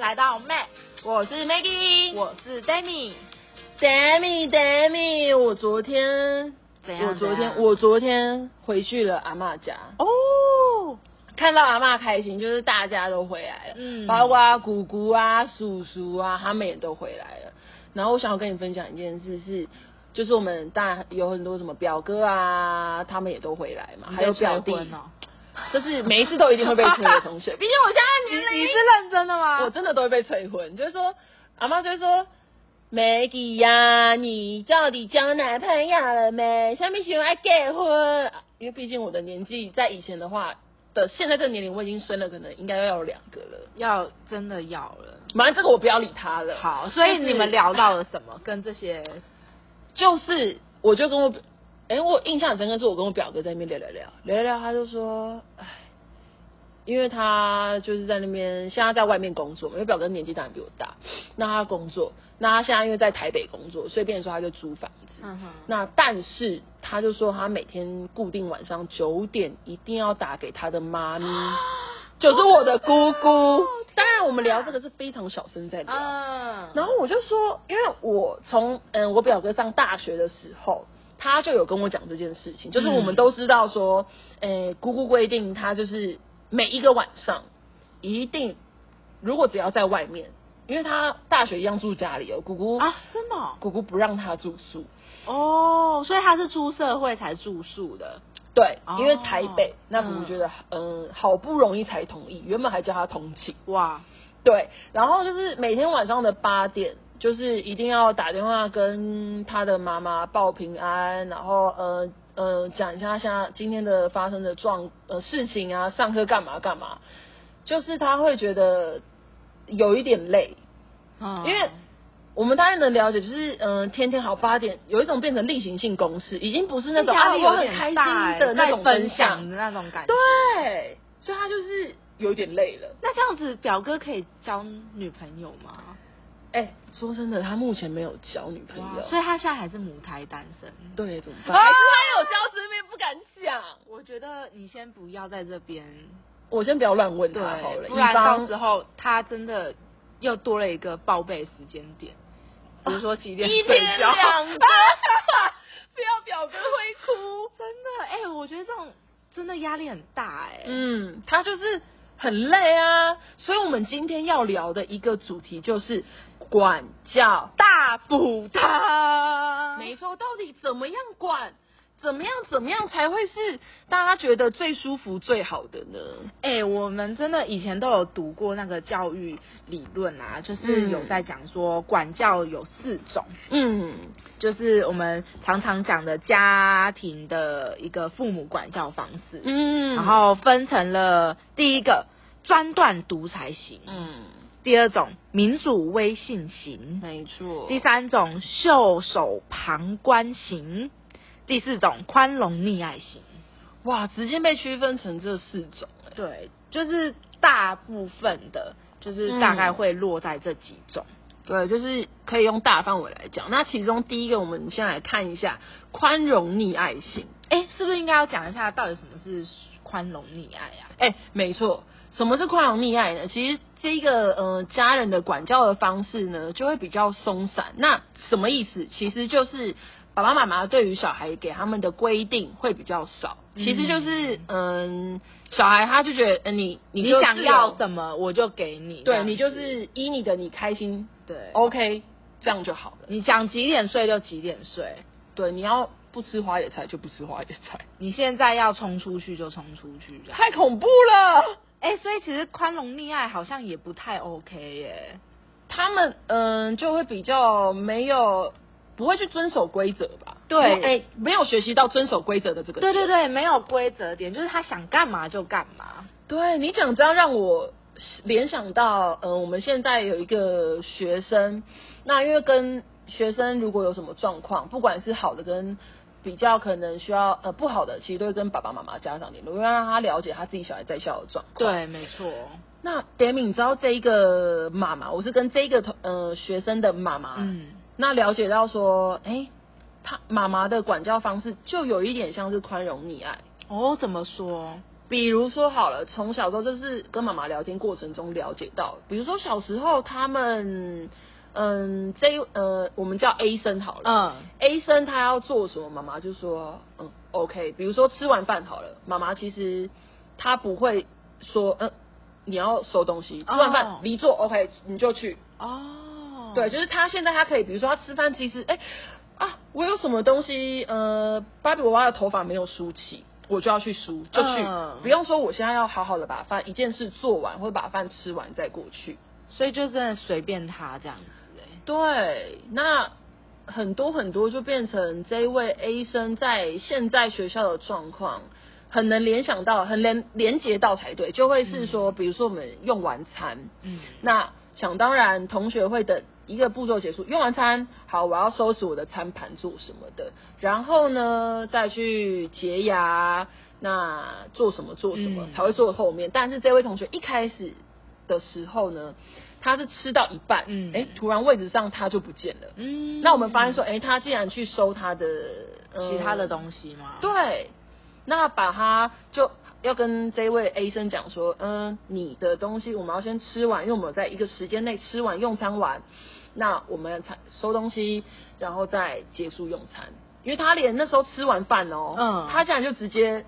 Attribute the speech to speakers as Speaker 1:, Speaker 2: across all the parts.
Speaker 1: 来到 Mac，
Speaker 2: 我是 Maggie，
Speaker 1: 我是 Demi。
Speaker 2: Demi，Demi，我昨天，
Speaker 1: 怎样
Speaker 2: 我昨
Speaker 1: 怎
Speaker 2: 天
Speaker 1: 样，
Speaker 2: 我昨天回去了阿嬷家，
Speaker 1: 哦，
Speaker 2: 看到阿嬷开心，就是大家都回来了，
Speaker 1: 嗯
Speaker 2: 包括姑姑啊、叔叔啊，他们也都回来了。然后我想要跟你分享一件事是。就是我们大有很多什么表哥啊，他们也都回来嘛，还有表弟，
Speaker 1: 呢。
Speaker 2: 就是每一次都一定会被催的同 学。毕竟我现在
Speaker 1: 你
Speaker 2: 年龄
Speaker 1: 你是认真的吗？
Speaker 2: 我真的都会被催婚，就是说，阿妈就会说，Maggie 呀、你到底交男朋友了没？下面喜欢结婚，因为毕竟我的年纪，在以前的话的现在这个年龄，我已经生了，可能应该要有两个了。
Speaker 1: 要真的要了。
Speaker 2: 反正这个我不要理他了。
Speaker 1: 好，所以
Speaker 2: 就是
Speaker 1: 你们聊到了什么？跟这些
Speaker 2: 就是，我就跟我，哎、我印象很深刻，是我跟我表哥在那边聊聊聊聊聊聊，他就说，哎，因为他就是在那边，现在在外面工作嘛，因为表哥年纪当然比我大，那他工作，那他现在因为在台北工作，所以变成说他就租房子。
Speaker 1: 嗯哼
Speaker 2: 那但是他就说他每天固定晚上九点一定要打给他的妈咪，
Speaker 1: 嗯啊
Speaker 2: 就是我的姑姑。当然我们聊这个是非常小声在聊，
Speaker 1: 哦嗯，
Speaker 2: 然后我就说，因为我从嗯我表哥上大学的时候，他就有跟我讲这件事情，
Speaker 1: 嗯
Speaker 2: 就是我们都知道说，诶、姑姑规定他就是每一个晚上一定，如果只要在外面，因为他大学一样住家里哦，姑姑
Speaker 1: 啊，真的哦
Speaker 2: 姑姑不让他住宿，
Speaker 1: 哦，所以他是出社会才住宿的。
Speaker 2: 对
Speaker 1: 哦，
Speaker 2: 因为台北那姑
Speaker 1: 嗯
Speaker 2: 姑觉得嗯好不容易才同意，原本还叫他同寝。
Speaker 1: 哇，
Speaker 2: 对，然后就是每天晚上的八点，就是一定要打电话跟他的妈妈报平安，然后呃呃讲一下现在今天的发生的状呃事情啊，上课干嘛干嘛，就是他会觉得有一点累，
Speaker 1: 嗯
Speaker 2: 因为我们大概能了解，就是嗯、呃天天好八点，有一种变成例行性公事，已经不是那种
Speaker 1: 压
Speaker 2: 啊
Speaker 1: 力
Speaker 2: 我
Speaker 1: 有
Speaker 2: 很
Speaker 1: 点
Speaker 2: 开心
Speaker 1: 大欸
Speaker 2: 的那种
Speaker 1: 在分
Speaker 2: 享
Speaker 1: 享，的那种感觉。
Speaker 2: 对，所以他就是有点累了。
Speaker 1: 那这样子，表哥可以交女朋友吗？
Speaker 2: 哎、说真的，他目前没有交女朋友，
Speaker 1: 所以他现在还是母胎单身。
Speaker 2: 对怎么
Speaker 1: 啊
Speaker 2: 办？还是他有交，只是面不敢讲。
Speaker 1: 我觉得你先不要在这边，
Speaker 2: 我先不要乱问
Speaker 1: 对
Speaker 2: 他好了，，
Speaker 1: 不然到
Speaker 2: 以
Speaker 1: 时候他真的又多了一个报备时间点，比如说几点
Speaker 2: 防一
Speaker 1: 睡
Speaker 2: 天
Speaker 1: 觉。
Speaker 2: 两个， 不要表哥会哭。
Speaker 1: 真的，哎、我觉得这种真的压力很大、哎、
Speaker 2: 嗯，他就是很累啊，所以我们今天要聊的一个主题就是管教。
Speaker 1: 大补汤，
Speaker 2: 没错，到底怎么样管？怎么样怎么样才会是大家觉得最舒服最好的呢？
Speaker 1: 哎、我们真的以前都有读过那个教育理论啊，就是
Speaker 2: 嗯
Speaker 1: 有在讲说管教有四种，
Speaker 2: 嗯，
Speaker 1: 就是我们常常讲的家庭的一个父母管教方式，
Speaker 2: 嗯
Speaker 1: 然后分成了第一个专断独裁型，
Speaker 2: 嗯，
Speaker 1: 第二种民主威信型，
Speaker 2: 没错。
Speaker 1: 第三种袖手旁观型，第四种宽容溺爱型。
Speaker 2: 哇，直接被区分成这四种、欸。
Speaker 1: 对，就是大部分的，就是大概会落在这几种。
Speaker 2: 对，就是可以用大范围来讲。那其中第一个，我们先来看一下宽容溺爱型。
Speaker 1: 哎、是不是应该要讲一下到底什么是宽容溺爱啊？
Speaker 2: 哎、没错，什么是宽容溺爱呢？其实这个呃家人的管教的方式呢，就会比较松散。那什么意思？其实就是爸爸妈妈对于小孩给他们的规定会比较少。其实就是嗯、小孩他就觉得，呃、你你
Speaker 1: 你
Speaker 2: 就
Speaker 1: 想
Speaker 2: 自
Speaker 1: 要
Speaker 2: 由
Speaker 1: 什么我就给你，这
Speaker 2: 对
Speaker 1: 样
Speaker 2: 你
Speaker 1: 子
Speaker 2: 就是依你的，你开心
Speaker 1: 对。
Speaker 2: ，OK，这样就好了。
Speaker 1: 你想几点睡就几点睡，
Speaker 2: 对，你要不吃花野菜就不吃花野菜，
Speaker 1: 你现在要冲出去就冲出去，这样。
Speaker 2: 太恐怖了。
Speaker 1: 哎、所以其实宽容溺爱好像也不太 OK 耶。
Speaker 2: 他们嗯，就会比较没有不会去遵守规则吧？
Speaker 1: 对
Speaker 2: 哎、没有学习到遵守规则的这个。
Speaker 1: 对对，对，没有规则点，就是他想干嘛就干嘛。
Speaker 2: 对你讲这样让我联想到，嗯，我们现在有一个学生，那因为跟学生如果有什么状况，不管是好的跟。比较可能需要呃不好的，其实都会跟爸爸妈妈、家长联络，因为让他了解他自己小孩在校的状况。
Speaker 1: 对，没错。
Speaker 2: 那 Demi，你知道这一个妈妈，我是跟这个同呃学生的妈妈，
Speaker 1: 嗯，
Speaker 2: 那了解到说，哎、她妈妈的管教方式就有一点像是宽容溺爱，
Speaker 1: 哦，怎么说？
Speaker 2: 比如说好了，从小时候就是跟妈妈聊天过程中了解到，比如说小时候他们，嗯，这一呃，我们叫 A 生好了、
Speaker 1: 嗯
Speaker 2: a 生他要做什么，妈妈就说，嗯，OK。比如说吃完饭好了，妈妈其实她不会说，嗯，你要收东西，吃完
Speaker 1: 哦
Speaker 2: 饭离座，OK，你就去。
Speaker 1: 哦，
Speaker 2: 对，就是他现在他可以，比如说他吃饭，其实哎、啊，我有什么东西，呃，芭比娃娃的头发没有梳起，我就要去梳，就去，
Speaker 1: 嗯
Speaker 2: 不用说我现在要好好的把饭一件事做完，或者把饭吃完再过去。
Speaker 1: 所以就真的随便他这样子哎、
Speaker 2: 对，那很多很多就变成这一位 A 生在现在学校的状况。很能联想到，很连连接到才对，就会是说，比如说我们用完餐，
Speaker 1: 嗯，
Speaker 2: 那想当然，同学会等一个步骤结束，用完餐，好，我要收拾我的餐盘做什么的，然后呢，再去洁牙，那做什么做什么、
Speaker 1: 嗯
Speaker 2: 才会做后面。但是这位同学一开始的时候呢，他是吃到一半，
Speaker 1: 嗯
Speaker 2: 嗯，哎，突然位置上他就不见了。
Speaker 1: 嗯
Speaker 2: 那我们发现说，哎，他竟然去收他的、呃
Speaker 1: 其他的东西吗？，
Speaker 2: 对，那把它就要跟这位 A 生讲说，嗯，你的东西我们要先吃完，因为我们有在一个时间内吃完用餐完，那我们才收东西，然后再结束用餐。因为他连那时候吃完饭哦，
Speaker 1: 嗯
Speaker 2: 他竟然就直接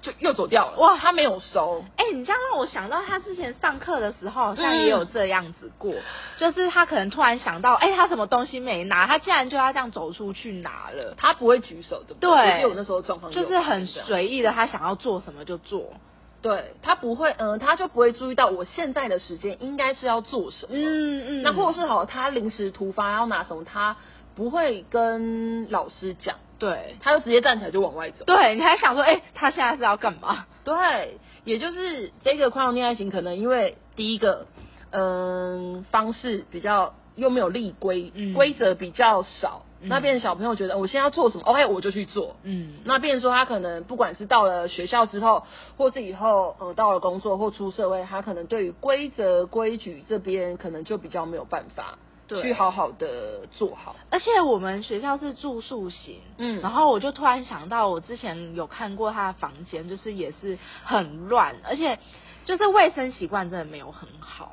Speaker 2: 就又走掉了，
Speaker 1: 哇
Speaker 2: 他没有收，
Speaker 1: 哎、你这样让我想到他之前上课的时候好像
Speaker 2: 嗯
Speaker 1: 也有这样子过，就是他可能突然想到，哎、他什么东西没拿，他竟然就要这样走出去拿了，
Speaker 2: 他不会举手，对不
Speaker 1: 对
Speaker 2: 我记得我那时候状况
Speaker 1: 就是很
Speaker 2: 水。
Speaker 1: 随意的，他想要做什么就做。
Speaker 2: 对他不会，嗯、他就不会注意到我现在的时间应该是要做什么，
Speaker 1: 嗯嗯
Speaker 2: 那或者是好，他临时突发要拿什么，他不会跟老师讲，
Speaker 1: 对
Speaker 2: 他就直接站起来就往外走。
Speaker 1: 对，你还想说，哎、他现在是要干嘛？
Speaker 2: 对，也就是这个跨容恋爱型，可能因为第一个，嗯，方式比较又没有立规
Speaker 1: 嗯，
Speaker 2: 规则比较少，
Speaker 1: 嗯
Speaker 2: 那变成小朋友觉得、哦我现在要做什么，OK，我就去做。
Speaker 1: 嗯
Speaker 2: 那变成说他可能不管是到了学校之后，或是以后呃到了工作或出社会，他可能对于规则规矩这边可能就比较没有办法
Speaker 1: 对
Speaker 2: 去好好的做好。
Speaker 1: 而且我们学校是住宿型，
Speaker 2: 嗯
Speaker 1: 然后我就突然想到，我之前有看过他的房间，就是也是很乱，而且就是卫生习惯真的没有很好。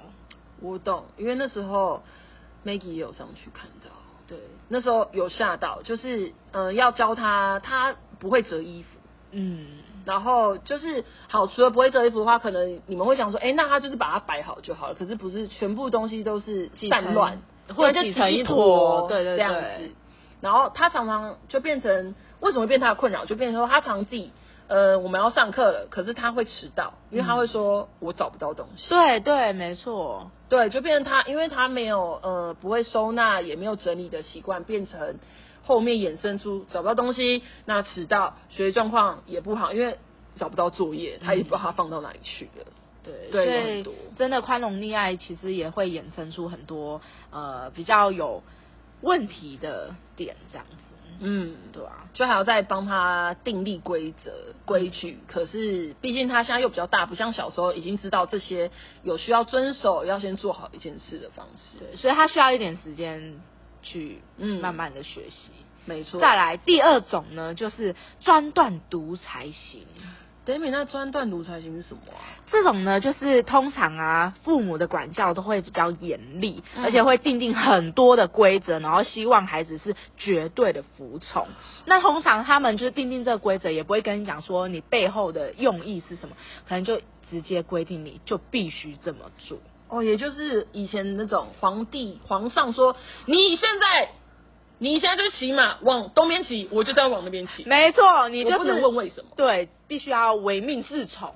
Speaker 2: 我懂，因为那时候 Maggie 也有上去看到，对，那时候有吓到，就是呃要教他，他不会折衣服。
Speaker 1: 嗯，
Speaker 2: 然后就是好，除了不会折衣服的话，可能你们会想说，哎，那他就是把它摆好就好了。可是不是全部东西都是
Speaker 1: 挤成
Speaker 2: 散乱，
Speaker 1: 或者
Speaker 2: 对
Speaker 1: 挤
Speaker 2: 就
Speaker 1: 成
Speaker 2: 挤
Speaker 1: 一
Speaker 2: 一
Speaker 1: 坨对对
Speaker 2: 这样
Speaker 1: 对
Speaker 2: 子。然后他常常就变成为什么会变他的困扰，就变成说他常常自己，呃，我们要上课了，可是他会迟到，因为他会说、我找不到东西。
Speaker 1: 对对，没错，
Speaker 2: 对，就变成他，因为他没有呃不会收纳，也没有整理的习惯，变成后面衍生出找不到东西，那迟到，学习状况也不好，因为找不到作业，他也不知道他放到哪里去了。
Speaker 1: 对
Speaker 2: 对有
Speaker 1: 所
Speaker 2: 很
Speaker 1: 以
Speaker 2: 多
Speaker 1: 真的宽容溺爱其实也会衍生出很多呃比较有问题的点，这样子，
Speaker 2: 嗯，
Speaker 1: 对啊，
Speaker 2: 就还要再帮他订立规则规矩。可是毕竟他现在又比较大，不像小时候已经知道这些有需要遵守，要先做好一件事的方式。
Speaker 1: 对，所以他需要一点时间去
Speaker 2: 嗯
Speaker 1: 慢慢的学习。
Speaker 2: 没错。
Speaker 1: 再来第二种呢，就是专断独裁型。
Speaker 2: ，Demi 那专断独裁型是什么啊？
Speaker 1: 这种呢，就是通常啊，父母的管教都会比较严厉，
Speaker 2: 嗯
Speaker 1: 而且会定定很多的规则，然后希望孩子是绝对的服从。那通常他们就是定定这个规则，也不会跟你讲说你背后的用意是什么，可能就直接规定你就必须这么做。
Speaker 2: 哦，也就是以前那种皇帝、皇上说，你现在，你现在就骑马往东边骑，我就在往那边骑，
Speaker 1: 没错，你
Speaker 2: 你不
Speaker 1: 就是
Speaker 2: 能问为什么。
Speaker 1: 对，必须要唯命是从。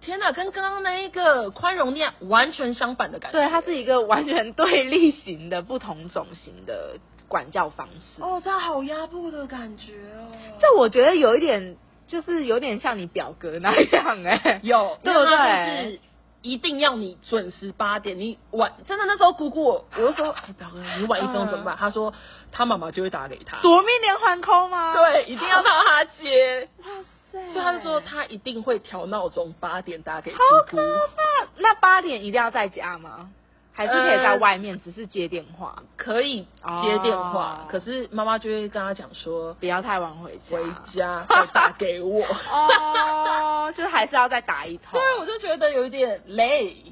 Speaker 2: 天哪，跟刚刚那一个宽容恋完全相反的感觉。
Speaker 1: 对，它是一个完全对立型的不同种型的管教方式。
Speaker 2: 哦，这样好压迫的感觉哦。
Speaker 1: 这我觉得有一点，就是有点像你表哥那 样哎、
Speaker 2: 有，
Speaker 1: 对
Speaker 2: 对
Speaker 1: 不
Speaker 2: 不
Speaker 1: 对
Speaker 2: 对？一定要你准时八点，你晚真的那时候姑姑我，我就说，哎，表哥，你晚一
Speaker 1: 嗯
Speaker 2: 分钟怎么办？他说他妈妈就会打给他，
Speaker 1: 夺命连环扣吗？
Speaker 2: 对，一定要到他接。
Speaker 1: 哇塞！
Speaker 2: 所以他就说他一定会调闹钟八点打给姑
Speaker 1: 好
Speaker 2: 姑
Speaker 1: 可，怕。那八点一定要在家吗？还是可以在外面，只是接电话，
Speaker 2: 可以接电话
Speaker 1: 哦，
Speaker 2: 可是妈妈就会跟他讲说
Speaker 1: 不要太晚回家。
Speaker 2: 呃回 家再打给我。
Speaker 1: 哦，就是还是要再打一通。
Speaker 2: 对，我就觉得有一点累。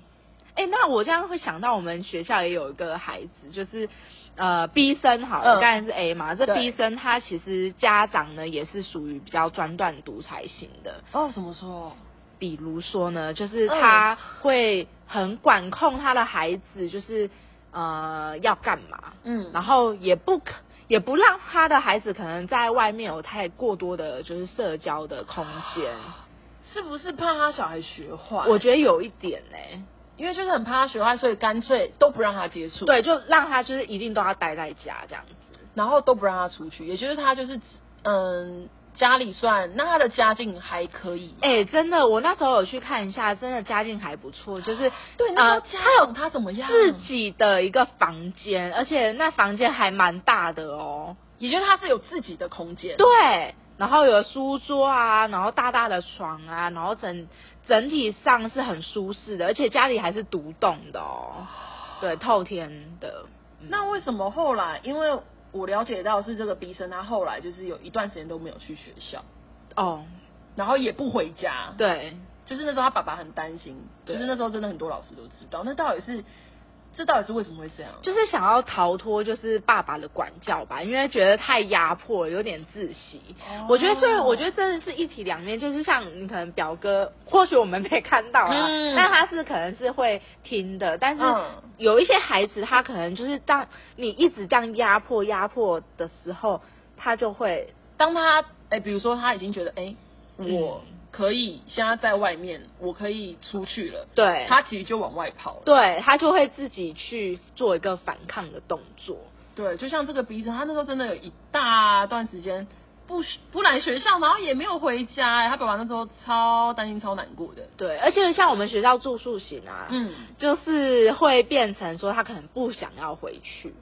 Speaker 1: 哎、那我这样会想到我们学校也有一个孩子，就是呃 B 生好
Speaker 2: 嗯
Speaker 1: 了，刚、才是 A 嘛，这
Speaker 2: 对
Speaker 1: B 生他其实家长呢也是属于比较专断独裁型的，
Speaker 2: 哦，怎么说？
Speaker 1: 比如说呢，就是
Speaker 2: 嗯
Speaker 1: 他会很管控他的孩子，就是呃要干嘛，
Speaker 2: 嗯，
Speaker 1: 然后也不可。也不让他的孩子可能在外面有太过多的，就是社交的空间。
Speaker 2: 是不是怕他小孩学坏？
Speaker 1: 我觉得有一点呢、
Speaker 2: 因为就是很怕他学坏，所以干脆都不让他接触，，
Speaker 1: 对，就让他就是一定都要待在家这样子。
Speaker 2: 然后都不让他出去，也就是他就是嗯，家里算那他的家境还可以，
Speaker 1: 哎、真的，我那时候有去看一下，真的家境还不错，就是
Speaker 2: 对，那
Speaker 1: 呃，
Speaker 2: 他
Speaker 1: 他有
Speaker 2: 他怎么样？
Speaker 1: 自己的一个房间，而且那房间还蛮大的哦。
Speaker 2: 也就是他是有自己的空间，
Speaker 1: 对，然后有书桌啊，然后大大的床啊，然后整整体上是很舒适的，而且家里还是独栋的哦，对，透天的。嗯
Speaker 2: 那为什么后来？因为我了解到是这个毕生，他后来就是有一段时间都没有去学校，
Speaker 1: 哦，
Speaker 2: 然后也不回家。，
Speaker 1: 对，
Speaker 2: 就是那时候他爸爸很担心，就
Speaker 1: 对
Speaker 2: 是那时候真的很多老师都知道。那到底是这到底是为什么会这样？
Speaker 1: 就是想要逃脱就是爸爸的管教吧，因为觉得太压迫，有点窒息。
Speaker 2: 哦
Speaker 1: 我觉得，所以我觉得真的是一体两面，就是像你可能表哥，或许我们没看到啊，
Speaker 2: 嗯
Speaker 1: 但他是可能是会听的，但是
Speaker 2: 嗯
Speaker 1: 有一些孩子他可能就是当你一直这样压迫压迫的时候，他就会
Speaker 2: 当他哎、比如说他已经觉得哎、
Speaker 1: 嗯
Speaker 2: 我可以现在在外面，我可以出去了，
Speaker 1: 对
Speaker 2: 他其实就往外跑了。
Speaker 1: 对他就会自己去做一个反抗的动作。
Speaker 2: 对，就像这个鼻子，他那时候真的有一大段时间不不来学校，然后也没有回家、哎他爸爸那时候超担心、超难过的。
Speaker 1: 对，而且像我们学校住宿型啊，
Speaker 2: 嗯，
Speaker 1: 就是会变成说他可能不想要回去，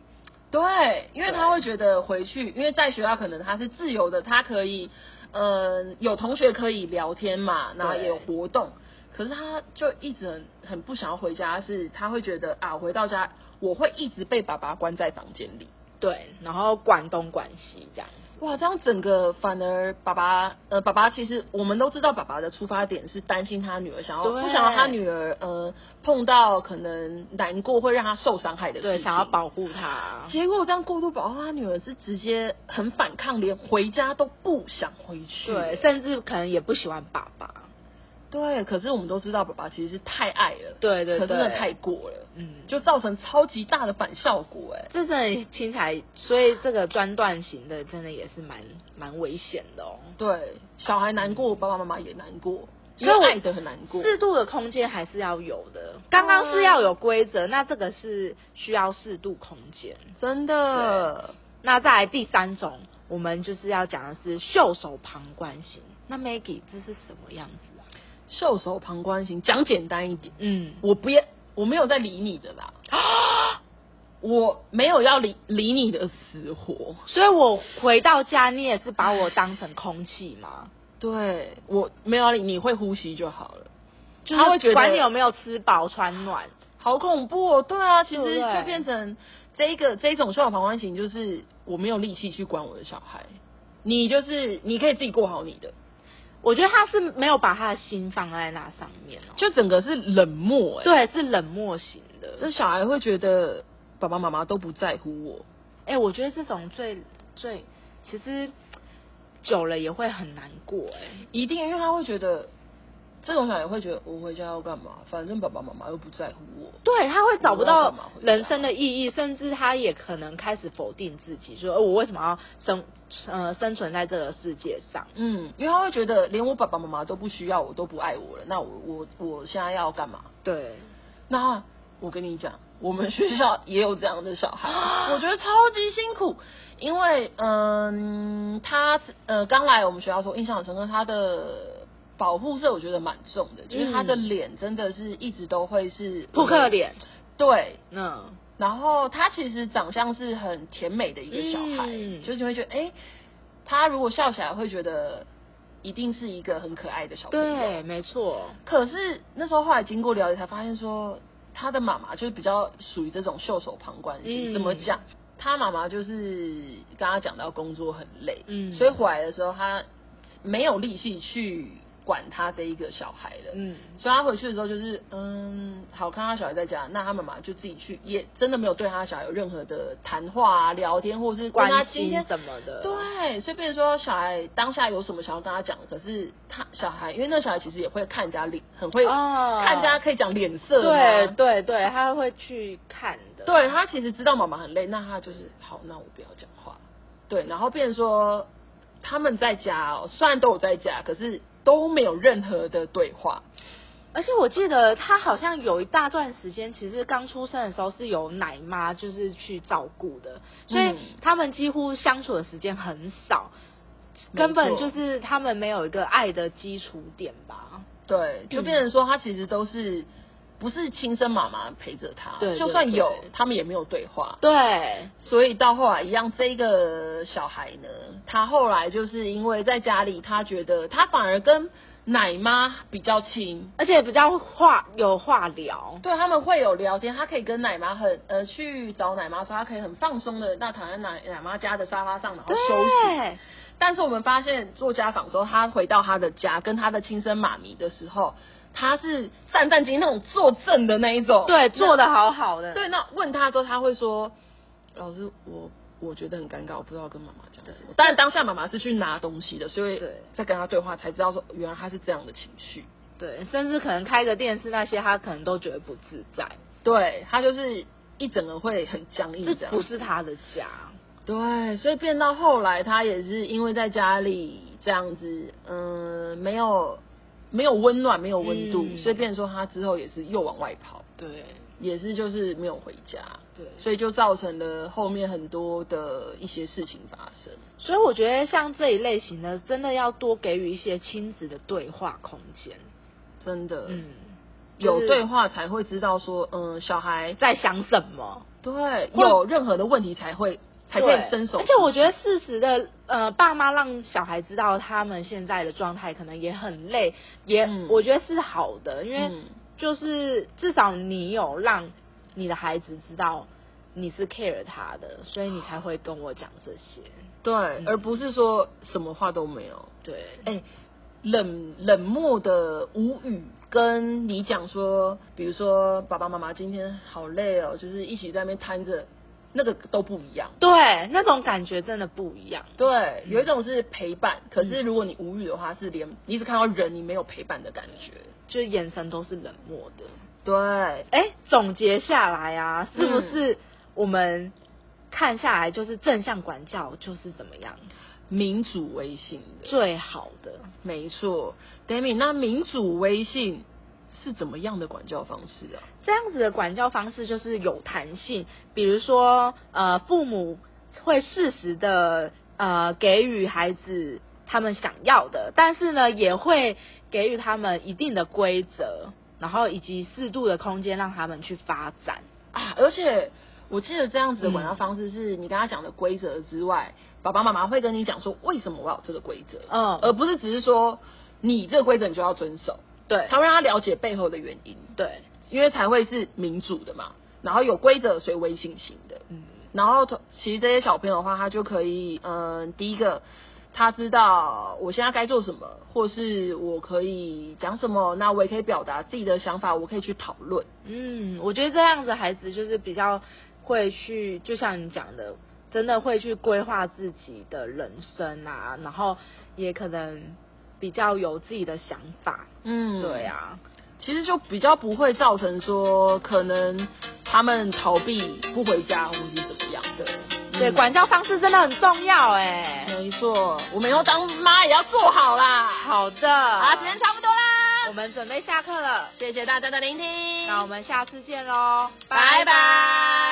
Speaker 2: 对，因为
Speaker 1: 对
Speaker 2: 他会觉得回去，因为在学校可能他是自由的，他可以，嗯，有同学可以聊天嘛，然后也有活动。可是他就一直很很不想要回家，是他会觉得啊，回到家我会一直被爸爸关在房间里。
Speaker 1: 对，然后管东管西这样子，
Speaker 2: 哇，这样整个反而爸爸呃，爸爸其实我们都知道，爸爸的出发点是担心他女儿，想要
Speaker 1: 对
Speaker 2: 不想要他女儿呃碰到可能难过会让他受伤害的事情，
Speaker 1: 对，想要保护他，
Speaker 2: 结果这样过度保护他女儿是直接很反抗，连回家都不想回去。
Speaker 1: 对，甚至可能也不喜欢爸爸，
Speaker 2: 对，可是我们都知道爸爸其实是太爱了，
Speaker 1: 对对
Speaker 2: 可
Speaker 1: 对，
Speaker 2: 是真的太过了，
Speaker 1: 嗯，就
Speaker 2: 就造成超级大的反效果。哎，
Speaker 1: 这真的听起来，所以这个专断型的真的也是蛮蛮危险的哦。
Speaker 2: 对，小孩难过，爸爸妈妈也难过，因
Speaker 1: 所以我
Speaker 2: 为爱的很难过。啊
Speaker 1: 适度的空间还是要有的，刚刚是要有规则，那这个是需要适度空间。
Speaker 2: 真的，
Speaker 1: 那再来第三种，我们就是要讲的是袖手旁观型。那 Maggie 这是什么样子啊？
Speaker 2: 袖手旁观型，讲简单一点，
Speaker 1: 嗯，
Speaker 2: 我不要，我没有在理你的啦， 我没有要理理你的死活。
Speaker 1: 所以我回到家，你也是把我当成空气吗？
Speaker 2: 对我没有要理，你会呼吸就好了。
Speaker 1: 就是
Speaker 2: 他会觉得
Speaker 1: 管你有没有吃饱穿暖，
Speaker 2: 好恐怖哦！对啊，其
Speaker 1: 对
Speaker 2: 实
Speaker 1: 不对
Speaker 2: 就变成这一个这一种袖手旁观型，就是我没有力气去管我的小孩，你就是你可以自己过好你的，
Speaker 1: 我觉得他是没有把他的心放在那上面哦。
Speaker 2: 就整个是冷漠哎、
Speaker 1: 对，是冷漠型
Speaker 2: 这
Speaker 1: 的。
Speaker 2: 小孩会觉得爸爸妈妈都不在乎我，
Speaker 1: 哎、我觉得这种最最其实久了也会很难过哎、
Speaker 2: 一定因为他会觉得这种小孩会觉得我回家要干嘛？反正爸爸妈妈又不在乎我。
Speaker 1: 对，他会找不
Speaker 2: 我要
Speaker 1: 到
Speaker 2: 干嘛回家
Speaker 1: 人生的意义，甚至他也可能开始否定自己，说：“呃我为什么要生呃生存在这个世界上
Speaker 2: 嗯，因为他会觉得连我爸爸妈妈都不需要我，都不爱我了，那我我我现在要干嘛？？”
Speaker 1: 对，
Speaker 2: 那我跟你讲，我们学校也有这样的小 孩，我觉得超级辛苦，因为嗯，他呃刚来我们学校的时候，印象很深刻，他的保护色我觉得蛮重的，就是他的
Speaker 1: 嗯
Speaker 2: 脸真的是一直都会是
Speaker 1: 扑克，脸，
Speaker 2: 对。
Speaker 1: 嗯，
Speaker 2: 然后他其实长相是很甜美的一个小孩，
Speaker 1: 嗯
Speaker 2: 就是你会觉得，哎、他如果笑起来会觉得一定是一个很可爱的小朋友。
Speaker 1: 对，没错，
Speaker 2: 可是那时候后来经过了解才发现说，他的妈妈就是比较属于这种袖手旁观型。
Speaker 1: 嗯
Speaker 2: 怎么讲？他妈妈就是跟他讲到工作很累，
Speaker 1: 嗯
Speaker 2: 所以回来的时候他没有力气去管他这一个小孩了，
Speaker 1: 嗯
Speaker 2: 所以他回去的时候就是，嗯，好看他小孩在家，那他妈妈就自己去，也真的没有对他小孩有任何的谈话啊、聊天，或者是问他
Speaker 1: 关
Speaker 2: 今
Speaker 1: 心
Speaker 2: 天
Speaker 1: 什么的，
Speaker 2: 对，所以变成说小孩当下有什么想要跟他讲的，可是他小孩，因为那小孩其实也会看人家脸，很会、
Speaker 1: 哦
Speaker 2: 看人家可以讲脸色嘛。
Speaker 1: 对对对，他会去看的，
Speaker 2: 对他其实知道妈妈很累，那他就是好，那我不要讲话。对，然后变成说他们在家哦，虽然都有在家，可是都没有任何的对话。
Speaker 1: 而且我记得他好像有一大段时间，其实刚出生的时候是有奶妈就是去照顾的，所以
Speaker 2: 嗯
Speaker 1: 他们几乎相处的时间很少，
Speaker 2: 没
Speaker 1: 根本
Speaker 2: 错
Speaker 1: 就是他们没有一个爱的基础点吧。
Speaker 2: 对，
Speaker 1: 嗯
Speaker 2: 就变成说他其实都是不是亲生妈妈陪着他，
Speaker 1: 对
Speaker 2: 就
Speaker 1: 对
Speaker 2: 算有
Speaker 1: 对，
Speaker 2: 他们也没有对话。
Speaker 1: 对，
Speaker 2: 所以到后来一样，这个小孩呢，他后来就是因为在家里，他觉得他反而跟奶妈比较亲，
Speaker 1: 而且比较话有话聊，
Speaker 2: 对他们会有聊天，他可以跟奶妈很呃去找奶妈说，他可以很放松的那躺在奶奶妈家的沙发上，然后休息。
Speaker 1: 对，
Speaker 2: 但是我们发现做家访之后，他回到他的家跟他的亲生妈咪的时候，他是战战兢兢那种坐正的哦那一种，
Speaker 1: 对，做
Speaker 2: 的
Speaker 1: 的好好的，
Speaker 2: 对。那问他之后，他会说：“老师，我我觉得很尴尬，我不知道跟妈妈讲什么。”当然，当下妈妈是去拿东西的，所以
Speaker 1: 对
Speaker 2: 在跟他对话才知道说，原来他是这样的情绪。
Speaker 1: 对，甚至可能开个电视那些，他可能都觉得不自在，
Speaker 2: 对他就是一整个会很僵硬
Speaker 1: 这
Speaker 2: 嗯这样
Speaker 1: 不。是他的家。
Speaker 2: 对，所以变到后来，他也是因为在家里这样子，嗯，没有没有温暖，没有温度，
Speaker 1: 嗯
Speaker 2: 所以变成说他之后也是又往外跑，
Speaker 1: 对
Speaker 2: 也是就是没有回家。
Speaker 1: 对，
Speaker 2: 所以就造成了后面很多的一些事情发生。
Speaker 1: 所以我觉得像这一类型的，真的要多给予一些亲子的对话空间。
Speaker 2: 真的，
Speaker 1: 嗯，
Speaker 2: 呃有
Speaker 1: 就是
Speaker 2: 对话才会知道说，嗯，小孩
Speaker 1: 在想什么，
Speaker 2: 对
Speaker 1: 或
Speaker 2: 有任何的问题才会才可以
Speaker 1: 对
Speaker 2: 伸手。
Speaker 1: 而且我觉得适时的，呃，爸妈让小孩知道他们现在的状态可能也很累，也、
Speaker 2: 嗯
Speaker 1: 我觉得是好的，因为
Speaker 2: 嗯
Speaker 1: 就是至少你有让你的孩子知道你是 care 他的，所以你才会跟我讲这些。
Speaker 2: 对，而不是说什么话都没有。
Speaker 1: 对，
Speaker 2: 哎、冷冷漠的无语，跟你讲说，比如说爸爸妈妈今天好累哦，就是一起在那边瘫着，那个都不一样。
Speaker 1: 对，那种感觉真的不一样。
Speaker 2: 对，有一种是陪伴，可是如果你无语的话，是连你只看到人，你没有陪伴的感觉。
Speaker 1: 就是眼神都是冷漠的。
Speaker 2: 对，
Speaker 1: 哎，总结下来啊，是不
Speaker 2: 嗯
Speaker 1: 是我们看下来就是正向管教就是怎么样
Speaker 2: 民主微信的。
Speaker 1: 最好的？
Speaker 2: 没错 d a m i 那民主微信是怎么样的管教方式啊？
Speaker 1: 这样子的管教方式就是有弹性，比如说呃，父母会适时的呃给予孩子他们想要的，但是呢也会给予他们一定的规则，然后以及适度的空间让他们去发展。
Speaker 2: 啊，而且我记得这样子的管教方式是你跟他讲的规则之外，爸爸妈妈会跟你讲说为什么我要有这个规则，
Speaker 1: 嗯
Speaker 2: 而不是只是说你这个规则你就要遵守，
Speaker 1: 对
Speaker 2: 他会让他了解背后的原因，
Speaker 1: 对，
Speaker 2: 因为才会是民主的嘛，然后有规则所以微信型的，
Speaker 1: 嗯，
Speaker 2: 然后同其实这些小朋友的话，他就可以，嗯，第一个他知道我现在该做什么，或是我可以讲什么，那我也可以表达自己的想法，我可以去讨论。
Speaker 1: 嗯，我觉得这样子孩子就是比较会去，就像你讲的，真的会去规划自己的人生啊，然后也可能比较有自己的想法。
Speaker 2: 嗯
Speaker 1: 对，啊，
Speaker 2: 其实就比较不会造成说可能他们逃避不回家或是怎么样的。
Speaker 1: 对，
Speaker 2: 嗯
Speaker 1: 管教方式真的很重要哎、
Speaker 2: 没错，我们以后当妈也要做好啦。
Speaker 1: 好的，
Speaker 2: 啊，时间差不多
Speaker 1: 我
Speaker 2: 啦，
Speaker 1: 们准备下课了，
Speaker 2: 谢谢大家的聆听，
Speaker 1: 那我们下次见喽，
Speaker 2: 拜拜。